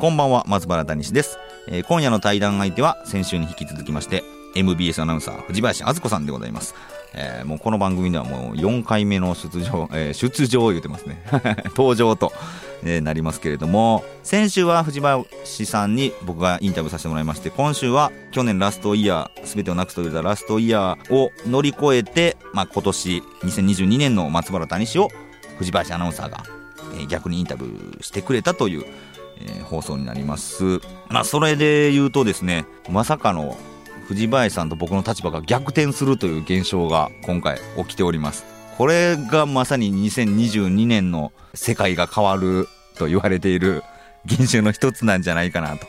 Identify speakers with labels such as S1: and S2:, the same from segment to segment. S1: こんばんは、松原谷志です、えー今夜の対談相手は、先週に引き続きまして、MBS アナウンサー、藤林敦子さんでございます。えーもうこの番組ではもう4回目の出場、えー出場を言ってますね。 登場と、えーなりますけれども、先週は藤林さんに僕がインタビューさせてもらいまして、今週は去年ラストイヤー、すべてをなくすと言われたラストイヤーを乗り越えて、まあ今年、2022年の松原谷志を藤林アナウンサーが、えー逆にインタビューしてくれたという、えー放送になります。まあ、それで言うとですね、まさかの藤林さんと僕の立場が逆転するという現象が今回起きております。これがまさに2022年の世界が変わると言われている現象の一つなんじゃないかなと。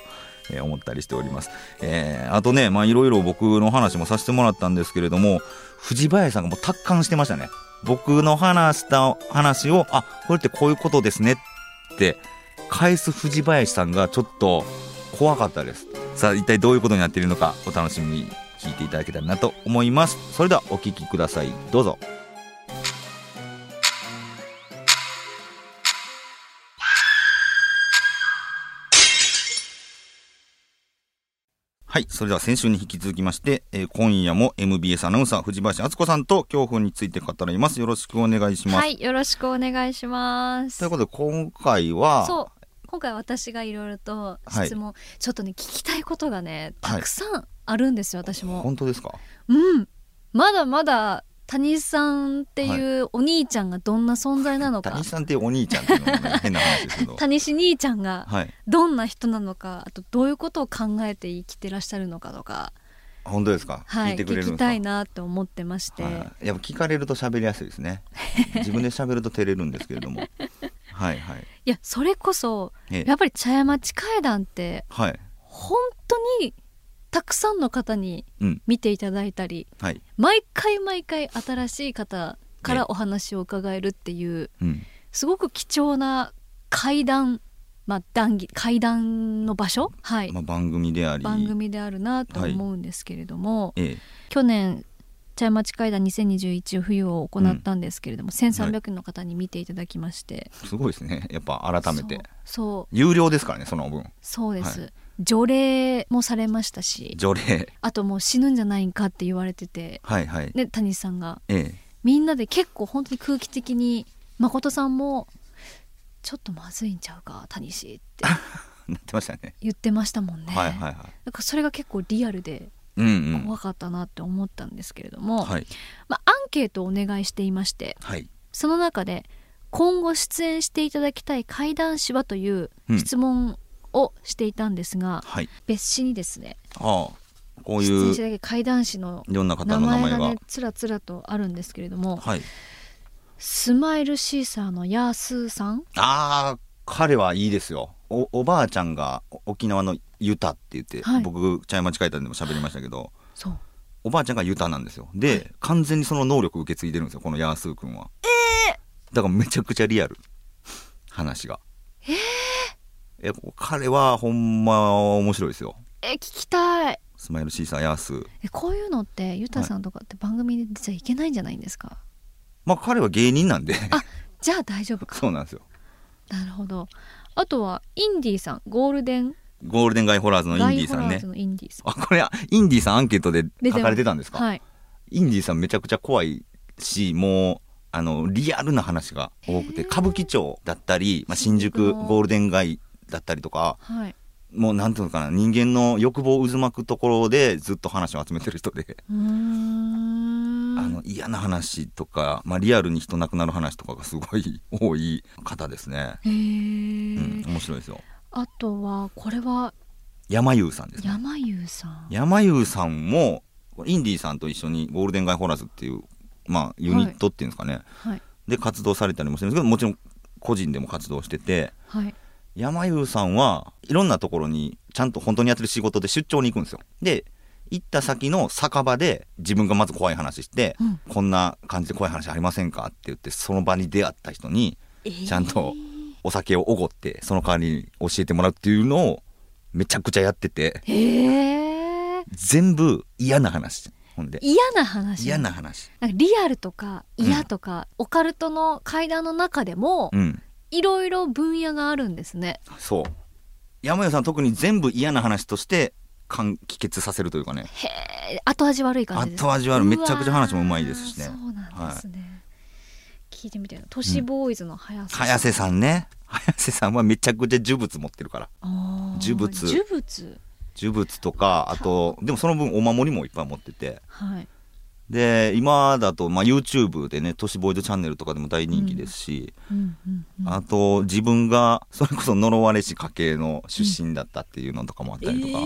S1: えー思ったりしております。えーあとね、まあいろいろ僕の話もさせてもらったんですけれども、藤林さんがもう達観してましたね。僕の話した話を、あ、これってこういうことですねって返す藤林さんがちょっと怖かったですさあ一体どういうことになっているのかお楽しみに聞いていただけたらなと思いますそれではお聞きくださいどうぞはい。それでは先週に引き続きまして、えー今夜も MBS アナウンサー、藤林敦子さんと恐怖について語ります。よろしくお願いします。
S2: はい、よろしくお願いしま
S1: とい
S2: す
S1: う。ことで、今回は、
S2: そう、今回私がいろいろと質問、ちょっとね聞きたいことがね
S1: はい
S2: たくさんあるんですよ、私も。
S1: 本当ですか
S2: うん、まだまだ谷さんっていうお兄ちゃんがどんな存在なのか、
S1: 谷さんっていうお兄ちゃんっていうのもね変な話ですけど。
S2: 谷氏兄ちゃんが
S1: はい。
S2: どんな人なのか、あとどういうことを考えて生きてらっしゃるのかとか、
S1: 本当ですか、
S2: は
S1: 聞い
S2: い、
S1: てくれるんで
S2: 聞
S1: すか
S2: きたいなと思ってまして、
S1: はい、やっぱ聞かれると喋りやすいです ね自分で喋ると照れるんですけれどもはいはい
S2: いやそれこそ
S1: え
S2: やっぱり茶屋町会談って
S1: はい
S2: 本当にたくさんの方に
S1: うん
S2: 見ていただいたり、
S1: はい
S2: 毎回毎回新しい方か
S1: ね
S2: らお話を伺えるっていう、
S1: うん
S2: すごく貴重な会談まあ談義会談の場所はい、
S1: まあ、番組であり
S2: 番組であるなと思うんですけれども、
S1: ええ
S2: 去年茶屋町会談2021冬を行ったんですけれども、1300人の方に見ていただきまして、
S1: すごいですねやっぱ改めて
S2: そうそう
S1: 有料ですからねその分
S2: そうです、除霊もされましたし
S1: 除霊
S2: あともう死ぬんじゃないんかって言われてて、
S1: はいはい
S2: ね、谷さんが
S1: ええ
S2: みんなで結構本当に空気的に誠さんも「ちょっとまずいんちゃうか谷氏」って
S1: なってましたね
S2: 言ってましたもんね。
S1: はいはいはい
S2: なんかそれが結構リアルで
S1: うんうん
S2: 怖かったなって思ったんですけれども、
S1: はい
S2: まあ、アンケートをお願いしていまして
S1: はい
S2: その中で「今後出演していただきたい怪談師は?」という質問をしていたんですが、
S1: はい
S2: 別紙にですね
S1: ああこう
S2: 出
S1: い
S2: 演
S1: う
S2: していただきたい怪談師の
S1: いろんな方
S2: 名
S1: の名
S2: 前
S1: 前
S2: が
S1: が
S2: ねつらつらとあるんですけれども、
S1: はい
S2: スマイルシーサーのヤースーさん
S1: ああ彼はいいですよおおばあちゃんがお沖縄のユタって言って、
S2: はい
S1: 僕茶屋町会談でも喋りましたけど
S2: そう
S1: おばあちゃんがユタなんですよで、完全にその能力受け継いでるんですよこのヤースー君はだからめちゃくちゃリアル話がええ彼はほんま面白いですよ
S2: え聞きたい
S1: スマイルシーサーヤースー
S2: えこういうのってゆたさんとかって番組で出ちゃいけないんじゃないんですか、
S1: まあ彼は芸人なんで
S2: あ じゃあ大丈夫か
S1: そうなんですよ
S2: なるほどあとはインディーさんゴールデン
S1: ゴールデンガイホラーズのイン
S2: ガ
S1: ディ
S2: イ
S1: ー
S2: ホ
S1: さん
S2: ラー
S1: ね
S2: ズのインディーさん
S1: あこれインディーさんアンケートで
S2: 出て
S1: 書
S2: ます
S1: かれてたんですか
S2: はい
S1: インディーさんめちゃくちゃ怖いしもうあのリアルな話が多くて歌舞伎町だったり、まあ、新宿
S2: 新宿の
S1: ゴールデン街だったりとか
S2: はい
S1: もうなんていうのかな人間の欲望渦巻くところでずっと話を集めてる人で、
S2: うーん
S1: あの嫌な話とか、まあ、リアルに人亡くなる話とかがすごい多い方ですね、
S2: へ
S1: う
S2: え、
S1: ん、面白いですよ
S2: あとはこれは
S1: 山優さんですね
S2: 山優さん
S1: 山優さんもインディーさんと一緒にゴールデン街ホラーズっていう、まあ、ユニットっていうんですかね、
S2: はい
S1: で活動されたりもしてるんですけどもちろん個人でも活動してて
S2: はい
S1: 山優さんはいろんなところにちゃんと本当にやってる仕事で出張に行くんですよで行った先の酒場で自分がまず怖い話して、
S2: うん
S1: こんな感じで怖い話ありませんかって言ってその場に出会った人にちゃんとお酒をおごってその代わりに教えてもらうっていうのをめちゃくちゃやってて
S2: へえ
S1: 全部嫌な話ほんで
S2: 嫌な話
S1: 嫌な話
S2: なんかリアルとか嫌とか、オカルトの階段の中でも
S1: うん
S2: いろいろ分野があるんですね
S1: そう山優さん特に全部嫌な話として完結させるというかね
S2: へえ後味悪い感じです
S1: 後味悪いめちゃくちゃ話もうまいですしね
S2: うわーそうなんですね、聞いてみてる都市ボーイズの早瀬
S1: 早瀬さんね早瀬さんはめちゃくちゃ呪物持ってるから
S2: あー
S1: 呪物
S2: 呪物
S1: 呪物とかあとでもその分お守りもいっぱい持ってて
S2: はい
S1: で今だと、まあ、YouTube でね都市ボーイズチャンネルとかでも大人気ですし、
S2: うんうんうん
S1: あと自分がそれこそ呪われし家系の出身だったっていうのとかもあったりとか、
S2: え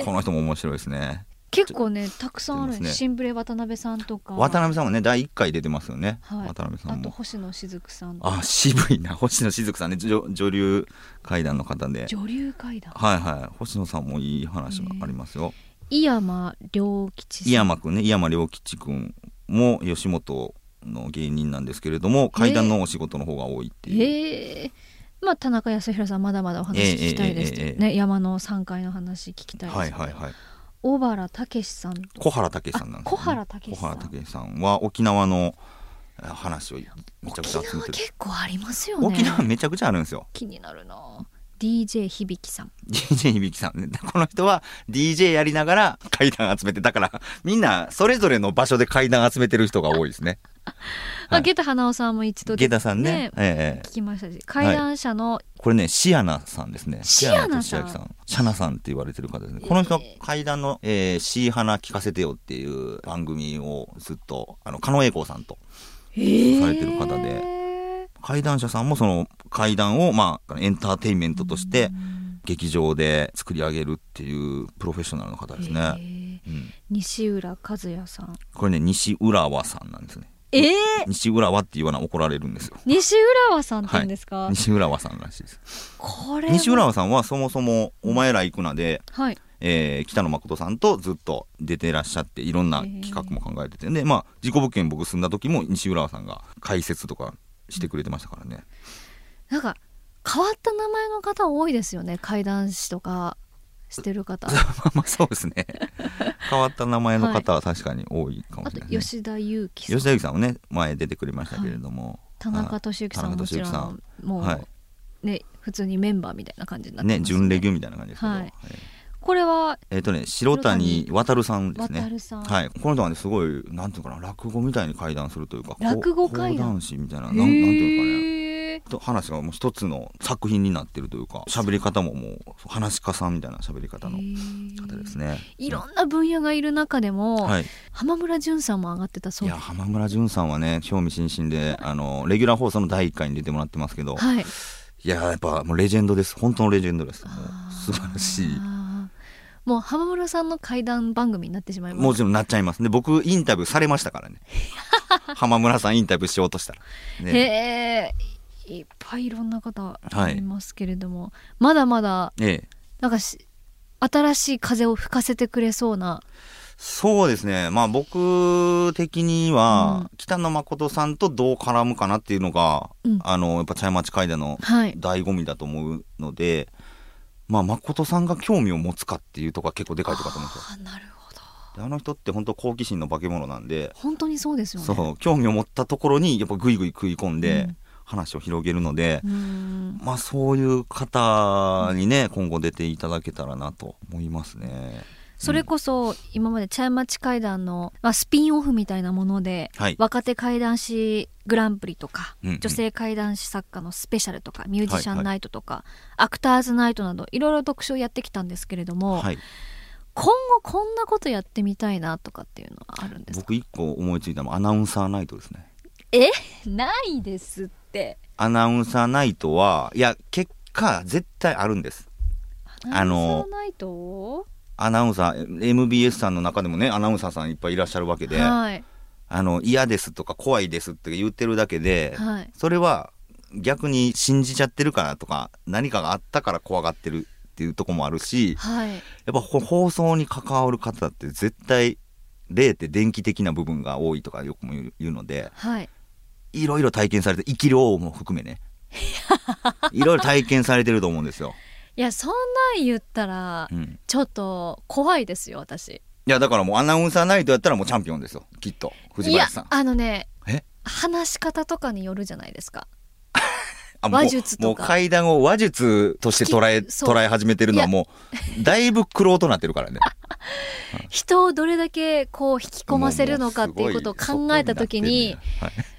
S2: ー
S1: この人も面白いですね
S2: 結構ねたくさんあるん
S1: 出て
S2: で
S1: ますね
S2: すシンブレ渡辺さんとか
S1: 渡辺さんもね第1回出てますよね、
S2: はい
S1: 渡辺さん
S2: あと
S1: も
S2: 星野しずくさんとか
S1: あ渋いな星野しずくさんね女女流階段の方で
S2: 女流階段
S1: はいはい星野さんもいい話がありますよ
S2: 井山良吉さん
S1: 井山くんね井山良吉くんも吉本の芸人なんですけれども階段のお仕事の方が多いっていう、
S2: ええまあ田中康弘さんまだまだお話ししたいですけど
S1: ええええええ
S2: ね、山の3階の話聞きたいです、
S1: はいはいはい
S2: 小原武史さんと
S1: 小原武さんなんです、ね、
S2: あ小原武さん
S1: 小原武さんは沖縄のえー話をめちゃく
S2: 沖
S1: ちゃ集め
S2: 縄
S1: てる
S2: 結構ありますよね
S1: 沖縄めちゃくちゃあるんですよ
S2: 気になるな DJ 響さん
S1: DJ 響さんねこの人は DJ やりながら 階段集めてだからみんなそれぞれの場所で階段集めてる人が多いですねは
S2: あ
S1: い
S2: 下駄花尾さんも一度
S1: 下田さんねええええ
S2: 聞きましたし怪談者の
S1: これねシアナさんですね
S2: シアナさん
S1: シアナ俊明さんシャナさんって言われてる方ですねこの人は階段の「えー、シーハナ聞かせてよ」っていう番組をずっとあの狩野英孝さんと
S2: えー
S1: されてる方で怪談者さんもその怪談を、まあ、エンターテインメントとして劇場で作り上げるっていうプロフェッショナルの方です
S2: え
S1: ね、
S2: ー
S1: うん、
S2: 西浦和也さん
S1: これね西浦和さんなんですね
S2: えー、
S1: 西浦和って言わな怒られるんですよ
S2: 西浦和さんって言うんですか、
S1: 西浦和さんらしいです
S2: これは
S1: 西浦和さんはそもそも「お前ら行くな」で
S2: はい
S1: えー北野誠さんとずっと出てらっしゃっていろんな企画も考えてて、でまあ事故物件僕住んだ時も西浦和さんが解説とかしてくれてましたから ね、
S2: なんか変わった名前の方多いですよね怪談師とかしてる方あ
S1: まあまあそうですね変わった名前の方は確かに多いかもし
S2: と
S1: れない、ね
S2: 吉田裕樹さん
S1: 吉田由紀さんもね前出てくれましたけれども、
S2: 田中俊之さん
S1: 田
S2: も
S1: 中
S2: もち
S1: 俊
S2: ろ
S1: 之さん
S2: んもう、
S1: はい
S2: ね普通にメンバーみたいな感じになってます
S1: ね準レギュみたいな感じですけど、
S2: はい
S1: はい
S2: これは
S1: えっ、とね白谷渉さんですね
S2: 渉さん
S1: はいこの人はねすごいなんていうのかな落語みたいに会談するというかこう
S2: 落語怪談
S1: 講談師みたいななんなんていうのかね
S2: へー
S1: と話がもう一つの作品になってるというか喋り方ももう話し家さんみたいな喋り方の
S2: へ
S1: 方
S2: ー
S1: ですね。
S2: いろんな分野がいる中でも、
S1: はい、
S2: 浜村淳さんも上がってたそ
S1: いうや浜村淳さんはね興味津々であのレギュラー放送の第1回に出てもらってますけど、
S2: はい
S1: い、ややっぱもうレジェンドです本当のレジェンドですも
S2: あ
S1: う素
S2: ー
S1: 晴らしい
S2: あーもう浜村さんの怪談番組になってしまいます
S1: もちろんなっちゃいますね僕インタビューされました からね浜村さんインタビューしようとしたら、ね
S2: へえいっぱいいろんな方
S1: はい
S2: いますけれども、まだまだ
S1: ええ、
S2: なんかし新しい風を吹かせてくれそうな
S1: そうですねまあ僕的には、
S2: う
S1: 北野誠さんとどう絡むかなっていうのが、
S2: うん
S1: あのやっぱ茶屋町会談の
S2: はい
S1: 醍醐味だと思うので、まあ、誠さんが興味を持つかっていうとこは結構でかいとこだと思うんですよ
S2: あなるほど
S1: であの人って本当好奇心の化け物なんで、
S2: 本当にそうですよね
S1: そう興味を持ったところにやっぱグイグイ食い込んで
S2: うん
S1: 話を広げるので、
S2: うーん
S1: まあそういう方にね今後出ていただけたらなと思いますね。
S2: それこそ今まで茶屋町会談の、まあ、スピンオフみたいなもので、
S1: はい
S2: 若手怪談師グランプリとか、
S1: うんうん
S2: 女性怪談師作家のスペシャルとかミュージシ
S1: はいは
S2: ャン
S1: い
S2: ナイトとか、アクターズナイトなどいろいろ特集をやってきたんですけれども、
S1: はい、
S2: 今後こんなことやってみたいなとかっていうのはあるんですか
S1: 僕一個思いついたのはアナウンサーナイトですね。
S2: えないですって
S1: アナウンサーナイトはいや結果絶対あるんです。
S2: ア
S1: あ
S2: ナウン
S1: の
S2: サーナイト
S1: アナウンサー MBS さんの中でもねアナウンサーさんいっぱいいらっしゃるわけで。
S2: はい
S1: あの嫌ですとか怖いですって言ってるだけで、
S2: はい
S1: それは逆に信じちゃってるからとか何かがあったから怖がってるっていうとこもあるし
S2: はい
S1: やっぱほ放送に関わる方って絶対霊って電気的な部分が多いとかよくも言う言うので
S2: はい
S1: いろいろ体験されて生き量も含め ねいろいろ体験されてると思うんですよ。
S2: いやそんなん言ったら
S1: うん
S2: ちょっと怖いですよ私
S1: いやだからもうアナウンサーナイトやったらもうチャンピオンですよきっと藤林さん
S2: いやあのね
S1: え
S2: 話し方とかによるじゃないですか
S1: あもう
S2: 話術とか
S1: もう階段を話術として捉え
S2: きそう
S1: 捉え始めてるのはもうだいぶ苦労となってるからね
S2: 人をどれだけこう引き込ませるのかっていうことを
S1: もうもう
S2: 考えた時に
S1: すごいそこなってんねはい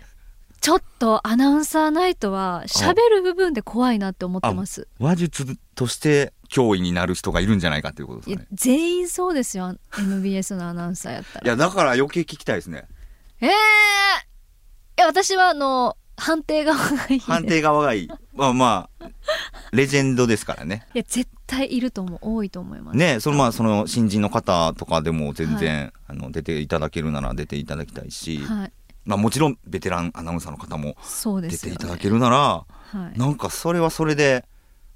S2: ちょっとアナウンサーナイトは喋る部分で怖いなって思ってます
S1: 話術として脅威になる人がいるんじゃないかっていうことです
S2: いや
S1: かね
S2: 全員そうですよ MBS のアナウンサーやった
S1: い
S2: ら
S1: やだから余計聞きたいですね
S2: えー、いや私はあの判定側がいい
S1: 判
S2: です
S1: 定側がいいまあまあレジェンドですからね
S2: いや絶対いると思う多いと思います、
S1: ねそのまあその新人の方とかでも全然、あの出ていただけるなら出ていただきたいし、
S2: はい
S1: まあ、もちろんベテランアナウンサーの方も
S2: そうで
S1: 出
S2: す
S1: て
S2: よ、
S1: い
S2: ね、
S1: ただけるなら、
S2: はい、
S1: なんかそれはそれで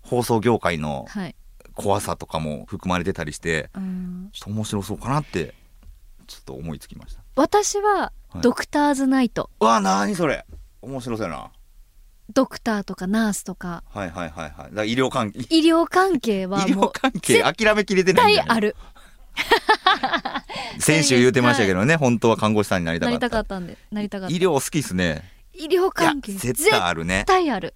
S1: 放送業界の
S2: はい
S1: 怖さとかも含まれてたりして
S2: うん
S1: ちょっと面白そうかなってちょっと思いつきました
S2: 私は
S1: はい
S2: ドクターズナイト、
S1: うわなにそれ面白そうやな
S2: ドクターとかナースとか
S1: はいはいはいはいだから医療関係医
S2: 医療関 係はも
S1: 療
S2: う
S1: 関係諦めきれて
S2: 絶
S1: ないん
S2: 対
S1: じゃない
S2: ある
S1: 先週言ってましたけどね本当は看護師さんになりた
S2: な
S1: かっ
S2: り
S1: た
S2: たかったんでなりたかった
S1: 医療好きっすね
S2: 医療
S1: いや
S2: 関係
S1: 絶対あるね
S2: 絶対ある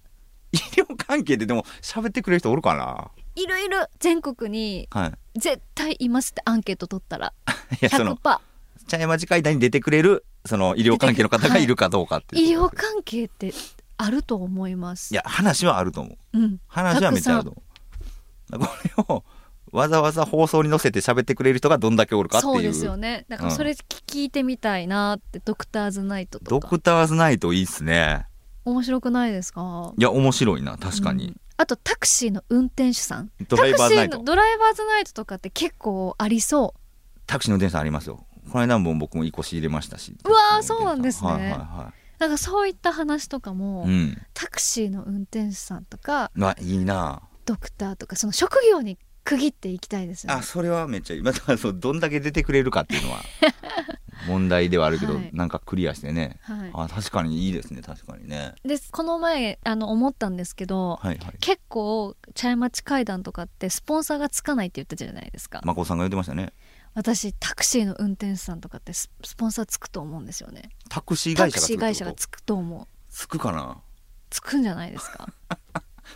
S1: 医療関係ででも喋ってくれる人おるか
S2: いろいろ全国に
S1: なはい
S2: 絶対いますってアンケート取ったら
S1: いやそ
S2: 100%
S1: の茶屋町会談に出てくれるその医療関係の方がいるかどうかっていう
S2: 医療関係ってあると思います
S1: いや話はあると思う
S2: うん
S1: 話はめっちゃあると思うこれをわざわざ放送に載せて喋ってくれる人がどんだけおるかっていう
S2: そうですよねだから
S1: うん
S2: それ聞いてみたいなって、ドクターズナイトと
S1: ド
S2: か
S1: クターズナイトいいっすね
S2: 面白くないですか
S1: いや面白いな確か
S2: う
S1: に
S2: ん、あとタクシーの運転手さん
S1: ドライバーズナイ
S2: タクシー
S1: ト
S2: のドライバーズナイトとかって結構ありそう
S1: タクシーの運転手さんありますよこの間も僕もいい腰入れましたし
S2: うわー
S1: タクシーの運転手さ
S2: そうなん
S1: はい
S2: ですね
S1: はいは
S2: なんかそういった話とかも、
S1: いうん
S2: タクシーの運転手さんとか
S1: まあいいな
S2: ドクターとかその職業に区切っていきたいですよ
S1: あ
S2: ね。
S1: それはめっちゃいい、まあ、だからそうどんだけ出てくれるかっていうの は問題ではあるけど、
S2: はい
S1: なんかクリアしてね
S2: は
S1: あ確かにいいですね確かにね
S2: い、でこの前あの思ったんですけど、
S1: はいはい
S2: 結構茶屋町会談とかってスポンサーがつかないって言ったじゃないですか、
S1: まこさんが言ってましたね
S2: 私タクシーの運転手さんとかってススポンサーつくと思うんですよね
S1: タクシー
S2: タ
S1: 会
S2: ク
S1: 社がつ
S2: シ
S1: く
S2: ー会社が
S1: ってこと
S2: つくと思う
S1: つくかな
S2: つくんじゃないで すか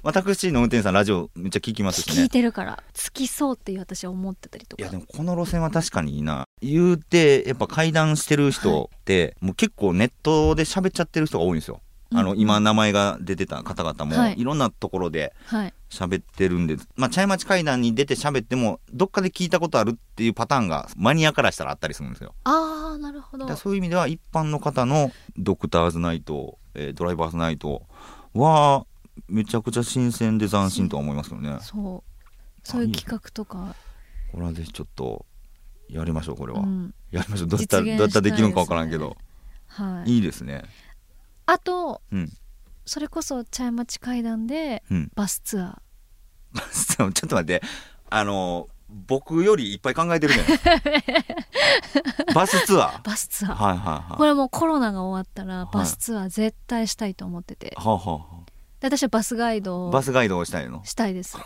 S1: まあ、タクシーの運転手さんラジオめっちゃ聞きますし
S2: 聞
S1: ね
S2: いてるからつきそうっていう私は思ってたりと
S1: いや
S2: か
S1: でもこの路線は確かにいいな言うてやっぱ会談してる人って、もう結構ネットで喋っちゃってる人が多いんですよ、あの
S2: うん
S1: 今名前が出てた方々も、
S2: はい
S1: い、ろんなところで
S2: はい
S1: 喋ってるんで、まあ、茶屋町会談に出て喋ってもどっかで聞いたことあるっていうパターンがマニアからしたらあったりするんですよ
S2: ああなるほど
S1: だからそういう意味では一般の方のドクターズナイト、えードライバーズナイトはめちゃくちゃ新鮮で斬新とは思いますけどね
S2: そうそういう企画とか、
S1: これはぜひちょっとやりましょうこれ
S2: う
S1: は、
S2: ん、
S1: やりましょうどうやったら
S2: 実現
S1: どうやったらできるのかわ
S2: した
S1: か
S2: い
S1: らん
S2: で
S1: け
S2: すね
S1: ど、
S2: はい
S1: いいですね
S2: あと
S1: うん
S2: それこそ茶屋町会談で
S1: うん
S2: バスツア
S1: ちょっと待ってあの僕よりいっぱい考えてるじゃないです かバスツア
S2: ーバスツア
S1: ー
S2: ー、
S1: はいはい
S2: こ
S1: はい
S2: れもうコロナが終わった
S1: は
S2: ら
S1: い
S2: バスツアー絶対したいと思ってて、
S1: はあ、はあは
S2: で私はバスガイド
S1: あ、
S2: を
S1: バスガイドをしたいの
S2: したいです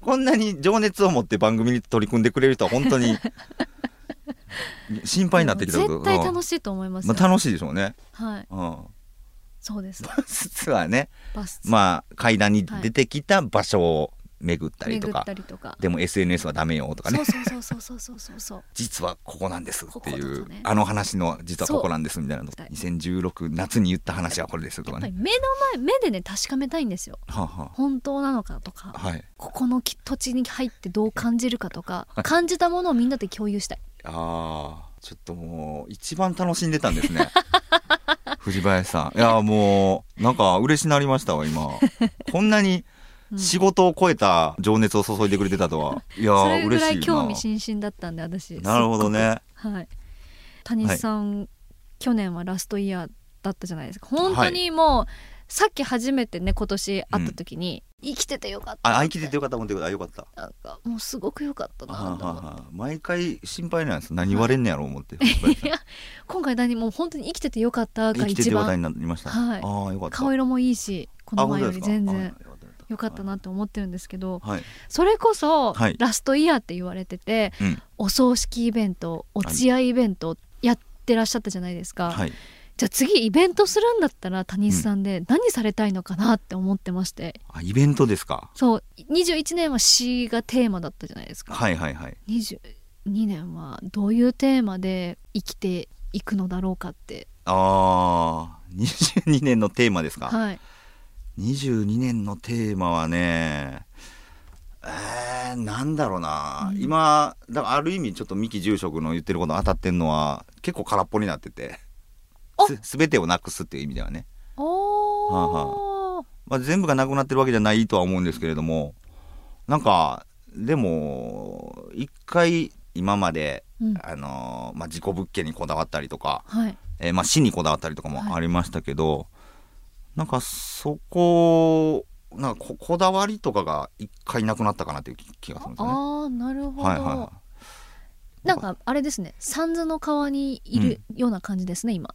S1: こんなに情熱を持って番組に取り組んでくれる人は本当に心配になってきたけど
S2: 絶対楽
S1: し
S2: しいと思います
S1: ま
S2: よ、
S1: あ、楽しいでしょうね、
S2: はい
S1: うん、
S2: そうです
S1: バスツアーね
S2: バスツアー
S1: まあ階段に出てきた場所を巡ったりと
S2: 巡
S1: か、
S2: ったりとか
S1: でも SNS はダメよとかね
S2: そうそうそうそうそうそうそう
S1: 実はここなんですってい
S2: ここ
S1: う
S2: とかね
S1: あの話の実はここなんですみたいなの
S2: そう
S1: 2016夏に言った話はこれですと
S2: や
S1: か
S2: っぱり
S1: ね
S2: 目の前目でね確かめたいんですよ
S1: はあ、は
S2: 本当なのかとか、
S1: あ、はい
S2: ここのき土地に入ってどう感じるかとか感じたものをみんなで共有したい
S1: あーちょっともう一番楽しんでたんですね 藤林さんいやーもうなんか嬉しなりましたわ今こんなに
S2: うん
S1: 仕事を超えた情熱を注いでくれてたとは、いや
S2: そ
S1: ー
S2: れぐ
S1: 嬉
S2: ら
S1: しい
S2: い
S1: な
S2: 興味津々だったんで私
S1: なるほどね
S2: はい、谷さん、去年はラストイヤーだったじゃないですか本当にもう、さっき初めてね今年会った時に、生きててよかった
S1: あ
S2: な
S1: あ
S2: っ
S1: 生きててよかった思ってくれたあよかった
S2: なんかもうすごくよかった
S1: は
S2: な
S1: あ
S2: と
S1: はあ
S2: 思って
S1: はあ毎回心配なんです何言われんねやろう思って
S2: いや今回何もう本当に生きててよかったが
S1: 生きて
S2: 一
S1: て話題
S2: 番
S1: になりました
S2: はい
S1: ああよかった
S2: 顔色もいいしこの前より全然
S1: あ本当です
S2: よかったなって思ってるんですけど
S1: はい
S2: それこそ
S1: はい
S2: ラストイヤーって言われてて
S1: うん
S2: お葬式イベントお通夜イベントやってらっしゃったじゃないですか、
S1: はい
S2: じゃあ次イベントするんだったら谷さんで何されたいのかなって思ってまして、
S1: あイベントですか
S2: そう21年は詩がテーマだったじゃないですか、
S1: はいはいはい
S2: 22年はどういうテーマで生きていくのだろうかって
S1: ああ22年のテーマですか
S2: はい
S1: 22年のテーマはねえー、なんだろうな、
S2: うん
S1: 今だからある意味ちょっと三木住職の言ってること当たってんのは結構空っぽになってて
S2: あ
S1: す全てをなくすっていう意味ではね、
S2: おー、
S1: はあまあ、全部がなくなってるわけじゃないとは思うんですけれどもなんかでも一回今まで、
S2: うん
S1: あのーまあ、事故物件にこだわったりとか、
S2: はい
S1: えーまあ、死にこだわったりとか
S2: はい
S1: もありましたけど、なんかそこなんかここだわりとかが一回なくなったかなっていう気気がするんですよね。
S2: ああなるほど、
S1: はいはいは
S2: なんかあれですね三途の川にいるような感じですね、今
S1: い、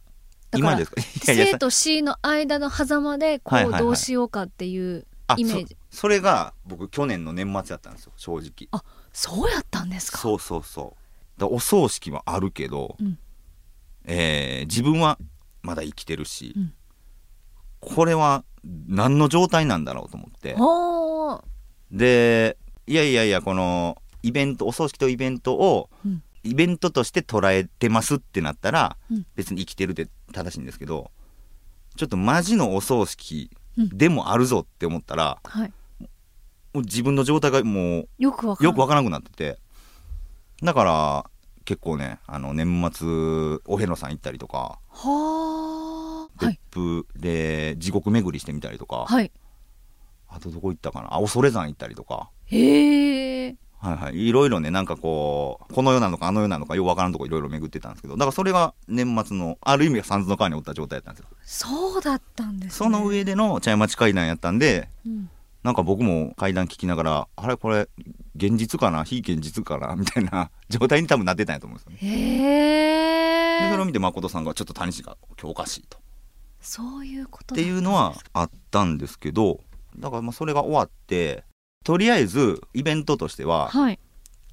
S2: だか
S1: 今
S2: ら
S1: ですか いやいや
S2: 生と死の間の狭間でこ
S1: はいは
S2: う
S1: いはい
S2: どうしようかっていう
S1: あ
S2: イメージ、
S1: そそれが僕去年の年末やったんですよ正直
S2: そうやったんですか
S1: そうそうそうだからお葬式はあるけど、
S2: うん
S1: えー自分はまだ生きてるし、
S2: うん
S1: これは何の状態なんだろうと思って
S2: おー
S1: でいやいやいやこのイベントお葬式とイベントを
S2: うん
S1: イベントとして捉えてますってなったら、
S2: うん
S1: 別に生きてるで正しいんですけどちょっとマジのお葬式でもあるぞって思ったら、
S2: はい
S1: もう自分の状態がも
S2: よくわか
S1: う
S2: る
S1: よくわからなくなっててだから結構ねあの年末お遍路さん行ったりとか
S2: はあは
S1: 別
S2: い
S1: 府で地獄巡りしてみたりとか、
S2: はい
S1: あとどこ行ったかなあ恐山行ったりとか。
S2: へえ
S1: はいはい、いろいろねなんかこうこの世なのかあの世なのかようわからんとこいろいろ巡ってたんですけどだからそれが年末のある意味三途の川におった状態だったんですよ
S2: そうだったんです、ね、
S1: その上での茶屋町階段やったんで
S2: うん
S1: なんか僕も階段聞きながらあれこれ現実かな非現実かなみたいな 状態に多分なってたんやと思うんですよねで
S2: へ
S1: それを
S2: え
S1: 見て誠さんがちょっと谷氏が今日おかしいと
S2: そういうこと
S1: って
S2: だ
S1: いうのはあったんですけどだからまあそれが終わってとりあえずイベントとしては
S2: はい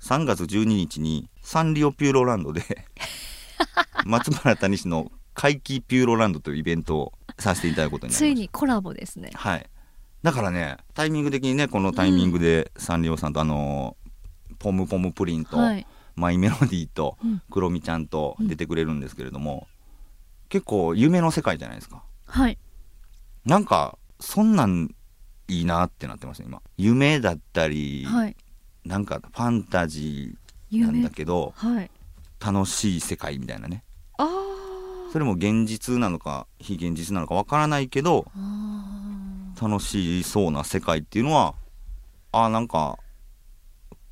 S1: 3月12日にサンリオピューロランドで 松原谷氏の怪奇ピューロランドというイベントをさせていただくことになりました
S2: ついにコラボですね
S1: はいだからねタイミング的にねこのタイミングでサンリオさんと、あのーポムポムプリンと、
S2: はい
S1: マイメロディーと
S2: うん
S1: クロミちゃんと出てくれるんですけれども、結構夢の世界じゃないですか
S2: はい
S1: なんかそんなんいいなってなってますね今夢だったり、
S2: はい
S1: なんかファンタジー
S2: 有
S1: なん
S2: 名
S1: だけど
S2: はい
S1: 楽しい世界みたいなね
S2: あ
S1: それも現実なのか非現実なのかわからないけど
S2: ああ
S1: 楽しそうな世界っていうのはあーなんか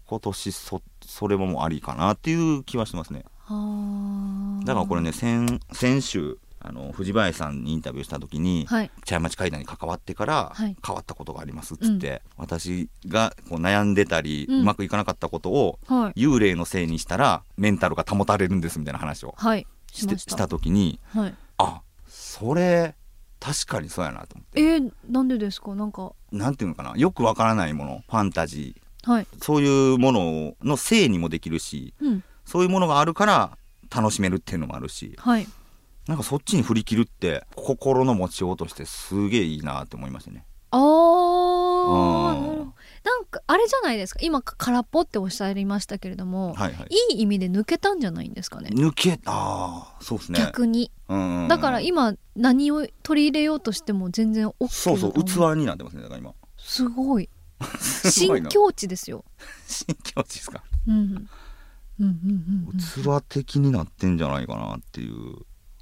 S1: 今年そそれもありかなっていう気はしますね
S2: あ
S1: だからこれね先先週あの藤林さんにインタビューした時に、
S2: はい
S1: 茶屋町会談に関わってから
S2: はい
S1: 変わったことがありますっつって、私がこう悩んでたり、
S2: う
S1: うんまくいかなかったことを
S2: はい
S1: 幽霊のせいにしたらメンタルが保たれるんですみたいな話を
S2: はい
S1: し
S2: してま
S1: し
S2: した
S1: た時に
S2: はい
S1: あそれ確かにそうやなと思って
S2: えー、なんでですかなんか
S1: なんていうのかなよくわからないものファンタジ
S2: はい
S1: ーそういうもののせいにもできるし
S2: うん
S1: そういうものがあるから楽しめるっていうのもあるし
S2: はい
S1: なんかそっちに振り切るって心の持ちようとしてすげえいいなって思いましたね
S2: あ
S1: うん
S2: あなるほどなんかあれじゃないですか今空っぽっておっしゃいましたけれども、
S1: はいはい
S2: い、い意味で抜けたんじゃないんですかね
S1: 抜けあーそうですね
S2: 逆に
S1: うんうんうん
S2: だから今何を取り入れようとしても全然 OK
S1: そうそう
S2: だと思
S1: 器になってますねだから今
S2: すごい
S1: すごい
S2: 新
S1: な
S2: 境地ですよ、
S1: 新境地ですか
S2: うん、うんうんうんう
S1: 器
S2: ん
S1: 的になってんじゃないかなっていう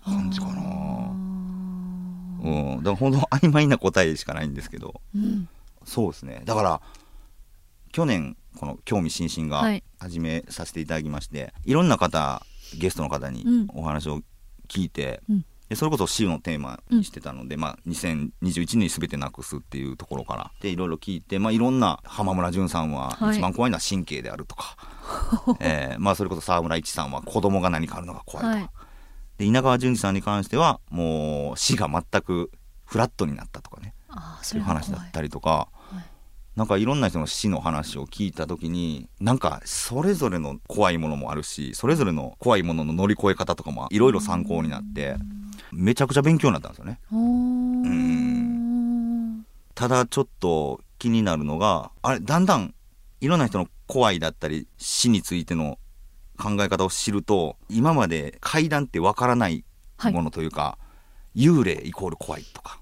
S1: 感じか
S2: あ
S1: な
S2: ー
S1: うんだからほんと曖昧な答えしかないんですけど
S2: うん
S1: そうですねだから去年この「興味津々」
S2: は
S1: が
S2: い
S1: 始めさせていただきまして、い、ろんな方ゲストの方に
S2: うん
S1: お話を聞いて、
S2: うん
S1: でそれこそ死のテーマにしてたので、まあ、2021年に全てなくすっていうところからでいろいろ聞いて、まあ、いろんな浜村淳さんは
S2: はい
S1: 一番怖いのは神経であると か、えーまあ、それこそ沢村一さんは子供が何かあるのが怖いとか、
S2: はい
S1: で稲川淳二さんに関してはもう死が全くフラットになったとかね
S2: ああそ
S1: そうい
S2: れ
S1: う
S2: は怖い
S1: 話だったりとか、
S2: はい
S1: なんかいろんな人の死の話を聞いた時になんかそれぞれの怖いものもあるしそれぞれの怖いものの乗り越え方とかもいろいろ参考になってめちゃくちゃ勉強になったんですよね
S2: おー
S1: ただちょっと気になるのがあれだんだんいろんな人の怖いだったり死についての考え方を知ると今まで怪談ってわからない
S2: はい
S1: ものというか、幽霊イコール怖いとか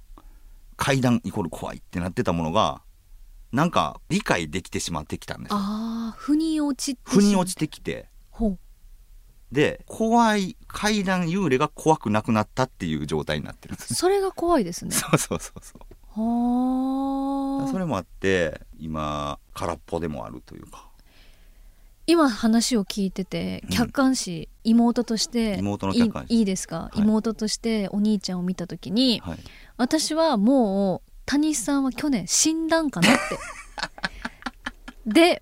S1: 怪談イコール怖いってなってたものがなんか理解できてしまってきたんですよ
S2: ああ腑に落ちてし
S1: 腑に落ちてきて
S2: ほう
S1: で怖い怪談幽霊が怖くなくなったっていう状態になってるんですね
S2: それが怖いですね
S1: そうそうそうそう
S2: はあ
S1: それもあって今空っぽでもあるというか
S2: 今話を聞いてて
S1: ん
S2: 客観視、妹として
S1: 妹の客観視
S2: いいいですか、
S1: はい
S2: 妹としてお兄ちゃんを見た時に
S1: はい
S2: 私はもう谷さんは去年死んだんかなって で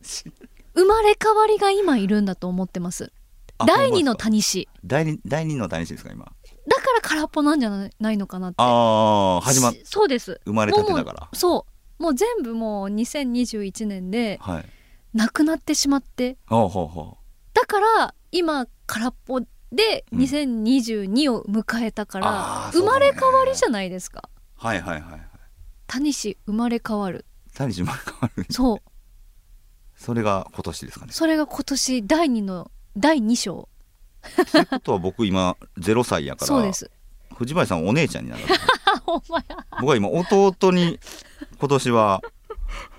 S2: 生まれ変わりが今いるんだと思ってます
S1: あ
S2: 第二の
S1: ほんまですか
S2: 谷氏
S1: 第二第二の谷氏ですか今
S2: だから空っぽなんじゃないのかなって
S1: ああ始まっ
S2: しそうです
S1: 生まれたてだから
S2: そうもう全部もう2021年で
S1: はい
S2: なくなってしまって
S1: ほうほうほ
S2: だから今空っぽで
S1: うん
S2: 2022を迎えたから、
S1: あー
S2: 生まれ
S1: そうだね
S2: 変わりじゃないですか
S1: うはいはいはいはい
S2: 谷氏生まれ変わる
S1: 谷氏生まれ変わる
S2: そう
S1: それが今年 ですかね
S2: それが今年第2の第2章
S1: あとは僕今0歳やから
S2: そうです
S1: 藤林さんお姉ちゃんになる
S2: あお前
S1: 僕は今弟に今年は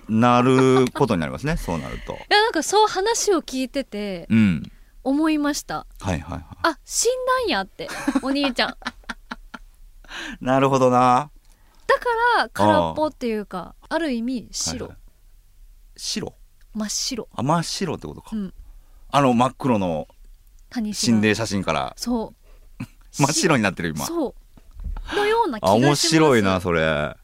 S1: なることになります ねそうなると
S2: いやなんかそう話を聞いてて
S1: うん
S2: 思いました
S1: はいはいはい
S2: あ死んだんやってお兄 ちゃんだか
S1: なるほどな
S2: ら空っぽっていうかある意味白、
S1: はいはい白
S2: 真っ白
S1: あ真っ白ってことか、
S2: うん
S1: あの真っ黒の
S2: 谷氏が
S1: 心霊写真から
S2: そう
S1: 真っ白になってる今
S2: そうのような気が
S1: あ
S2: します
S1: 面白いなそれへ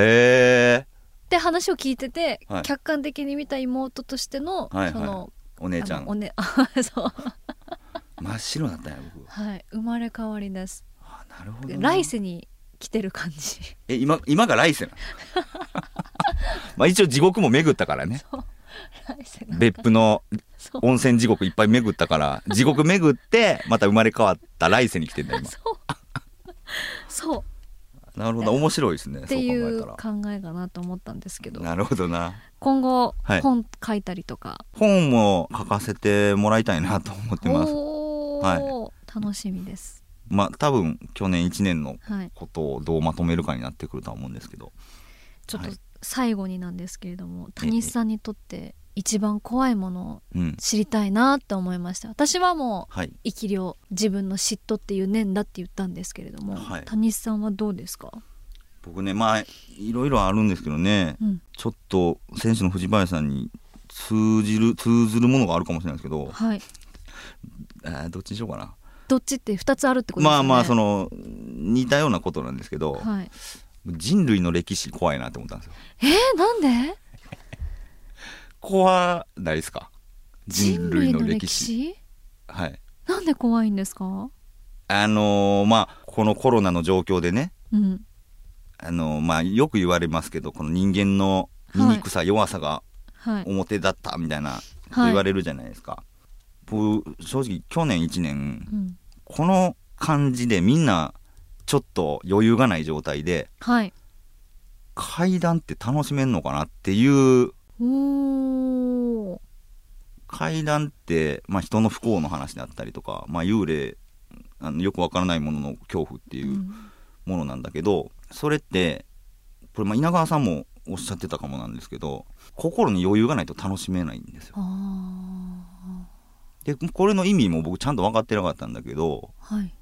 S1: え
S2: って話を聞いてて、
S1: はい
S2: 客観的に見た妹として
S1: は
S2: の、
S1: いはい
S2: その
S1: お姉ちゃ
S2: あ
S1: ん
S2: のおね あそう
S1: 真っ白だったんや僕
S2: はい生まれ変わりです
S1: あなるほどな
S2: 来世に来てる感じ
S1: え今今が来世なの まあ一応地獄も巡ったからね
S2: 来世の
S1: 別府の
S2: そう
S1: 温泉地獄いっぱい巡った から地獄巡ってまた生まれ変わった来世に来てんだ今
S2: そうそう
S1: なるほど面白いですね
S2: っ
S1: そ
S2: て
S1: う
S2: い
S1: 考
S2: う
S1: え
S2: 考えかなと思ったんですけ
S1: た
S2: ど
S1: らなるほどな
S2: 今後、
S1: はい
S2: 本書いたりとか
S1: 本も書かせてもらいたいなと思ってます
S2: おー、楽しみです
S1: まあ多分去年1年の
S2: はい
S1: ことをどうまとめるかになってくるとは思うんですけど
S2: ちょっと
S1: はい
S2: 最後になんですけれども、谷さんにとって一番怖いものを
S1: うん
S2: 知りたいなって思いました私はもう
S1: はい
S2: 生き量自分の嫉妬っていう念だって言ったんですけれども、
S1: はい
S2: 谷さんはどうですか、
S1: 僕ねまあいろいろあるんですけどね
S2: うん、
S1: ちょっと選手の藤林さんに通じる通ずるものがあるかもしれないですけど、
S2: はい
S1: えーどっちにしようかな、
S2: どっちって二つあるってことです
S1: ま
S2: よ
S1: あ
S2: ね
S1: まあその似たようなことなんですけど、
S2: はい
S1: 人類の歴史怖いなって思ったんですよ
S2: えー、なんで
S1: 怖ないですか人類の歴史
S2: 人類の歴史
S1: はい
S2: なんで怖いんですか
S1: あのーまあこのコロナの状況でね
S2: うん
S1: あのーまあよく言われますけどこの人間の醜さ、弱さが
S2: はい
S1: 表だったみたいなこと
S2: はい
S1: 言われるじゃないですか、僕正直去年1年
S2: うん
S1: この感じでみんなちょっと余裕がない状態で
S2: はい
S1: 階段って楽しめんのかなっていう
S2: おー
S1: 階段って、まあ、人の不幸の話だったりとか、まあ、幽霊あのよくわからないものの恐怖って
S2: う
S1: いうんものなんだけど、それってこれまあ稲川さんもおっしゃってたかもなんですけど心に余裕がないと楽しめないんですよ。
S2: あ
S1: でこれの意味も僕ちゃんと分かってなかったんだけど
S2: ーはい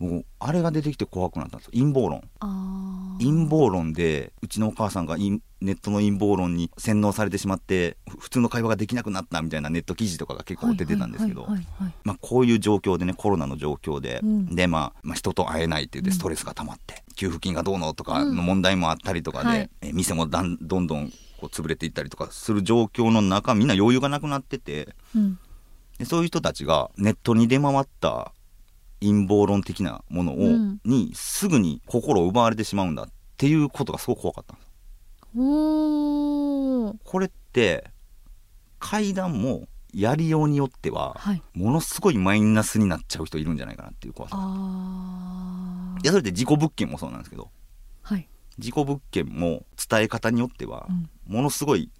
S1: 僕もうあれが出てきて怖くなったんですよ陰謀論
S2: あー
S1: 陰謀論でうちのお母さんが陰ネットの陰謀論に洗脳されてしまってふ普通の会話ができなくなったみたいなネット記事とかが結構出てたんですけど
S2: はいはいはいはい
S1: まあ、こういう状況でねコロナの状況で、
S2: うん
S1: で、まあ、まあ人と会えないっていう
S2: う
S1: で
S2: ん
S1: ストレスが溜まって、給付金がどうのとかの問題もあったりとかで、
S2: はい
S1: え店もだんどんどんこう潰れていったりとかする状況の中みんな余裕がなくなってて
S2: うん
S1: でそういう人たちがネットに出回った陰謀論的なものを、
S2: うん
S1: にすぐに心を奪われてしまうんだっていうことがすごく怖かったんです
S2: おー
S1: これって階段もやりようによっては
S2: はい
S1: ものすごいマイナスになっちゃう人いるんじゃないかなっていう怖さ
S2: あ
S1: い
S2: ー
S1: やそれって事故物件もそうなんですけど
S2: はい
S1: 事故物件も伝え方によっては
S2: うん
S1: ものすごい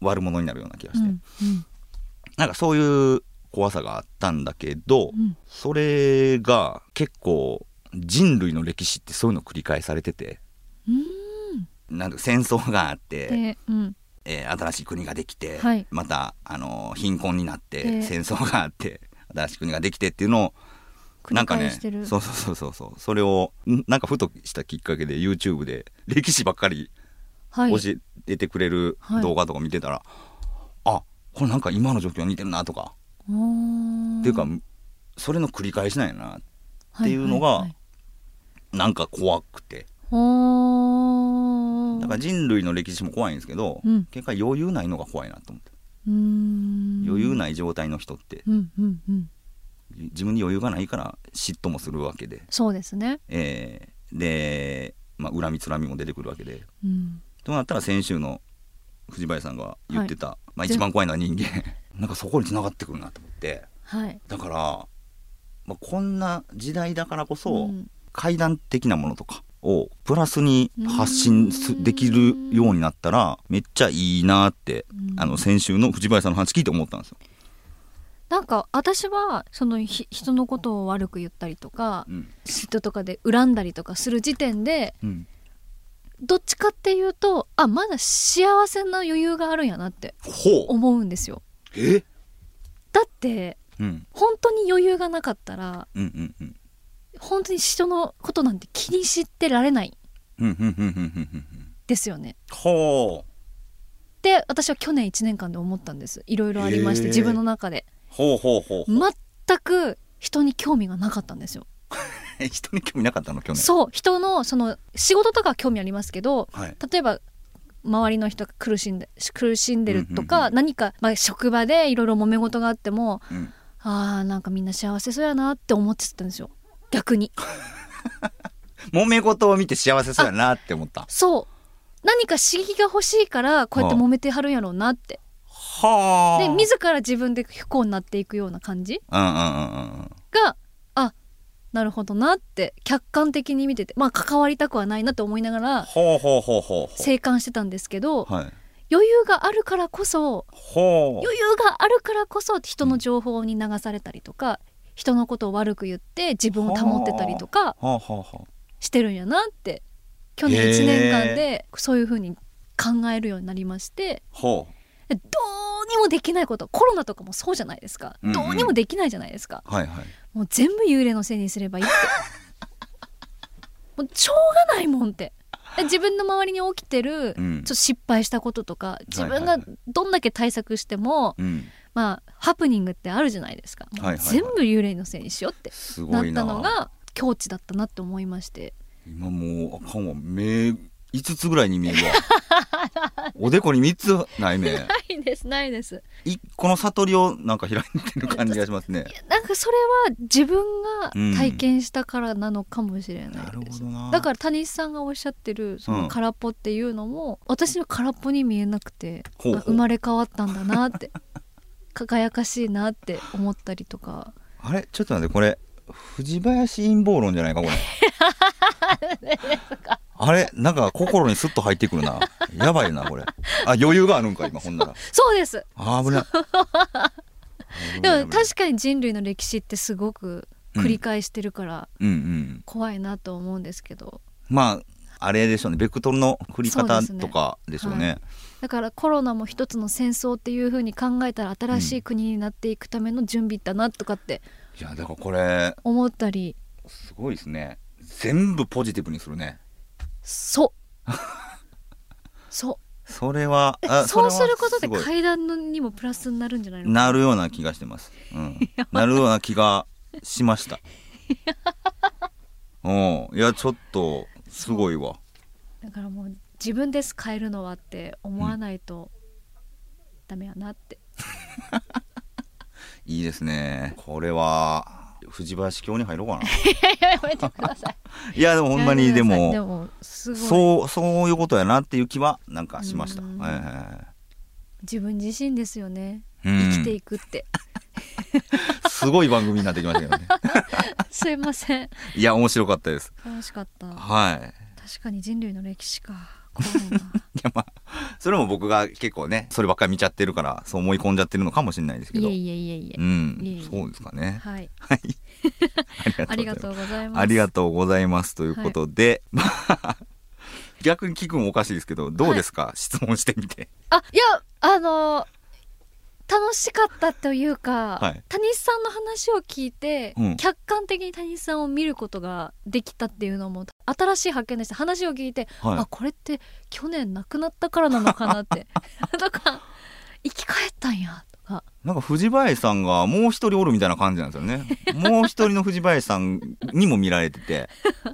S1: 悪者になるような気が
S2: う
S1: して、
S2: ん
S1: なんかそういう怖さがあったんだけど、
S2: うんうん
S1: それが結構人類の歴史ってそういうの繰り返されててなんか戦争があって、
S2: でうん
S1: えー新しい国ができて、
S2: はい
S1: また、あのー貧困になって、
S2: えー
S1: 戦争があって新しい国ができてっていうのを
S2: 繰り返してる
S1: そうそうそうそうそうそれをんなんかふとしたきっかけで YouTube で歴史ばっかり
S2: はい
S1: 教えてくれる
S2: はい
S1: 動画とか見てたら、あこれなんか今の状況に似てるなとか、
S2: おー
S1: っていうかそれの繰り返しなんやなっていうのが
S2: はいはいはい
S1: なんか怖くて
S2: おー
S1: だから人類の歴史も怖いんですけど、
S2: うん
S1: 結果余裕ないのが怖いなと思って
S2: うーん
S1: 余裕ない状態の人って
S2: うんうんうん
S1: 自分に余裕がないから嫉妬もするわけで、
S2: そうですね
S1: えーで、まあ、恨みつらみも出てくるわけで
S2: うん
S1: となったら先週の藤林さんが言ってた、まあ、一番怖いのは人間 なんかそこに繋がってくるなと思って
S2: はい
S1: だから、まあ、こんな時代だからこそ、
S2: ん
S1: 階段的なものとかをプラスに発信す
S2: うん
S1: できるようになったらめっちゃいいなって、
S2: うん
S1: あの先週の藤林さんの話聞いて思ったんですよ。
S2: なんか私はそのひ人のことを悪く言ったりとか
S1: うん
S2: 嫉妬とかで恨んだりとかする時点で
S1: うん
S2: どっちかっていうとあまだ幸せな余裕があるんやなって
S1: ほう
S2: 思うんですよ
S1: え
S2: だって
S1: うん
S2: 本当に余裕がなかったら
S1: うんうんうん
S2: 本当に人のことなんて気にしてられない
S1: うんうんうんうんうんうんうん
S2: ですよね
S1: ほう
S2: って私は去年1年間で思ったんですいろいろありまし
S1: へ
S2: て
S1: ー
S2: 自分の中で
S1: ほうほうほう
S2: 全く人に興味がなかったんですよ
S1: え人に興味なかったの去年
S2: そう人のその仕事とかは興味ありますけど
S1: はい
S2: 例えば周りの人が苦しんで苦しんでると
S1: うんうん
S2: か、
S1: う
S2: 何か、まあ、職場でいろいろ揉め事があっても
S1: うん
S2: あーなんかみんな幸せそうやなって思ってたんですよ逆に
S1: 揉め事を見て幸せそうやなって思った
S2: そう何か刺激が欲しいからこうやって揉めてはるんやろうなって
S1: はあ
S2: で自ら自分で不幸になっていくような感じ
S1: うんうんうんうんうん
S2: があなるほどなって客観的に見ててまあ関わりたくはないなと思いながら
S1: ほうほうほうほうほ
S2: 静観してたんですけど
S1: うはい
S2: 余裕があるからこそ
S1: ほう
S2: 余裕があるからこそ人の情報に流されたりとか人のことを悪く言って自分を保ってたりとか
S1: ほうほうほう
S2: してるんやなって去年
S1: へー
S2: 1年間でそういうふうに考えるようになりまして
S1: ほ
S2: どうにもできないことコロナとかもそうじゃないですか
S1: うんうん
S2: どうにもできないじゃないですか
S1: うはいはい
S2: もう全部幽霊のせいにす ればいいってもうしょうがないもんって自分の周りに起きてるち
S1: う
S2: ょ
S1: ん
S2: っと失敗したこととか自
S1: は
S2: 分が
S1: いはい
S2: どんだけ対策しても
S1: うん
S2: まあハプニングってあるじゃないですか、もう
S1: はいはいはい
S2: 全部幽霊のせいにしようって
S1: す
S2: な
S1: ご
S2: っ
S1: い
S2: た
S1: な
S2: のが境地だったなって思いまして
S1: 今もうあかんわ目5つぐらいに見え るわおでこに3つない目
S2: ないですないです
S1: 一個の悟りをなんか開いてる感じがしますね
S2: いやなんかそれは自分が体験したからなのかもしれないです、
S1: な
S2: だから谷さんがおっしゃってるその空っぽっていうのも、私の空っぽに見えなくて
S1: ほうほう
S2: あ生まれ変わったんだなって 輝かしいなって思ったりとか
S1: あれちょっと待ってこれ藤林陰謀論じゃないかこ れあれなんか心にスッと入ってくるなやばいなこれあ余裕があるんか今ほんなら
S2: そうです
S1: あー危ない
S2: でも
S1: か
S2: 確かに人類の歴史ってすごく繰り返してるから
S1: にうんうん
S2: 怖いなと思うんですけど、
S1: まああれでしょうねベクトルの振り
S2: そう
S1: 方
S2: ですね
S1: とかでしょう
S2: は
S1: ね
S2: だからコロナも一つの戦争っていう風に考えたら新しい国になっていくための準備だなとかって
S1: いやだからこれ
S2: 思ったり
S1: すごいですね全部ポジティブにするね
S2: そう そ
S1: それは
S2: う
S1: あ
S2: そ
S1: れ
S2: う
S1: は
S2: すること
S1: す
S2: で
S1: ごい
S2: 階段のにもプラスになるんじゃないの
S1: なるような気がしてます、うん、なるような気がしま したうんいやちょっとすごいわ
S2: だからもう自分です変えるのはって思わないとダメやなって、
S1: いいですねこれは藤林教に入ろう かな
S2: やめてください
S1: いやでもほんまにで
S2: やめ
S1: も
S2: てくださいでもすごい
S1: そうそういうことやなっていう気はなんかしました、
S2: うん
S1: ええ
S2: 自分自身ですよね
S1: うん
S2: 生きていくって、
S1: すごい番組になってきましたけどね
S2: すいません
S1: いや面白かったです
S2: 楽しかった
S1: はい
S2: 確かに人類の歴 史か怖いな
S1: いやまあそれも僕が結構ねそればっかり見ちゃってるからそう思い込んじゃってるのかもしれないですけ
S2: い
S1: ど
S2: えいえいえいえ、
S1: うん
S2: いえいえ
S1: そうですかね
S2: はい
S1: はい
S2: あ
S1: あ
S2: り
S1: り
S2: が
S1: が
S2: と
S1: とうございます
S2: うございます
S1: ありがとうございますということで、まあ逆に聞くのもおかしいですけどどうですか、質問してみて
S2: あいやあの楽しかったというか、
S1: はい
S2: 谷さんの話を聞いて、
S1: うん
S2: 客観的に谷さんを見ることができたっていうのも新しい発見でした話を聞いて、
S1: はい
S2: あこれって去年亡くなったからなのかなって とか生き返ったんやとか
S1: なんか藤林さんがもう一人おるみたいな感じなんですよね。もう一人の藤林さんにも見られてて、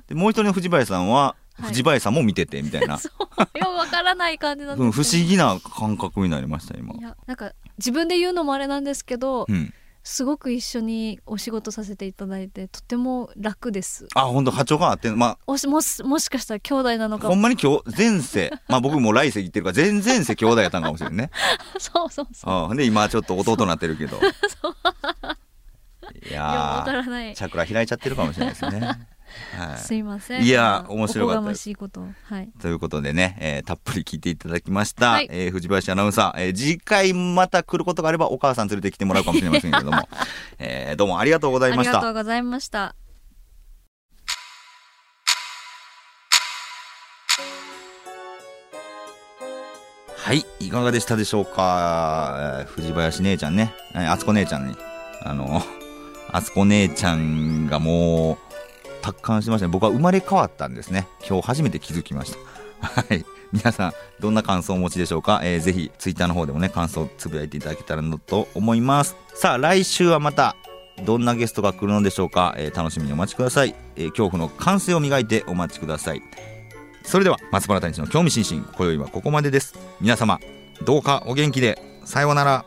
S1: でもう一人の藤林さん は
S2: はい
S1: 藤林さんも見ててみたいな、
S2: そうよくわからない感じなん
S1: うん
S2: で
S1: 不思
S2: すけど
S1: 議な感覚になりました今
S2: い。やなんか自分で言うのもあれなんですけど、
S1: うん。
S2: すごく一緒にお仕事させていただいてとても楽です
S1: あ、本当波長があって、ま
S2: おしもしもしかしたら兄弟なの
S1: あ、
S2: か
S1: ほ
S2: も
S1: んまに今日、前世、まあ僕も来世行ってるから、前々世兄弟やったんかもしれん ね。
S2: そうそうそう。
S1: うん。で、今ちょっと弟になってる けど。い
S2: いや、わか
S1: や
S2: らない
S1: ー、チ。ャクラ開いちゃってるかもしれない ですね。はい。
S2: すいません。
S1: いや
S2: あの
S1: 面白かった
S2: おこがましいことを。はい。
S1: ということでね、えーたっぷり聞いていただきました、
S2: はい
S1: えー藤林アナウンサー、えー次回また来ることがあればお母さん連れてきてもらうかもしれませんけれど も、えーどうもありがとうござ
S2: あ
S1: いま
S2: り
S1: し
S2: がと
S1: た
S2: うございました。
S1: はいいかがでしたでしょうか、えー藤林姉ちゃんね、えー、敦子姉ちゃんにあの 敦子姉ちゃんがもう達観してましたね僕は生まれ変わったんですね今日初めて気づきました はい。皆さん、どんな感想をお持ちでしょうか、えーぜひ、ツイッターの方でもね、感想をつぶやいていただけたらなと思います。さあ、来週はまた、どんなゲストが来るのでしょうか、えー楽しみにお待ちください、えー恐怖の感性を磨いてお待ちください。それでは、松原谷氏の興味津々、今宵はここまでです。皆様、どうかお元気で、さようなら。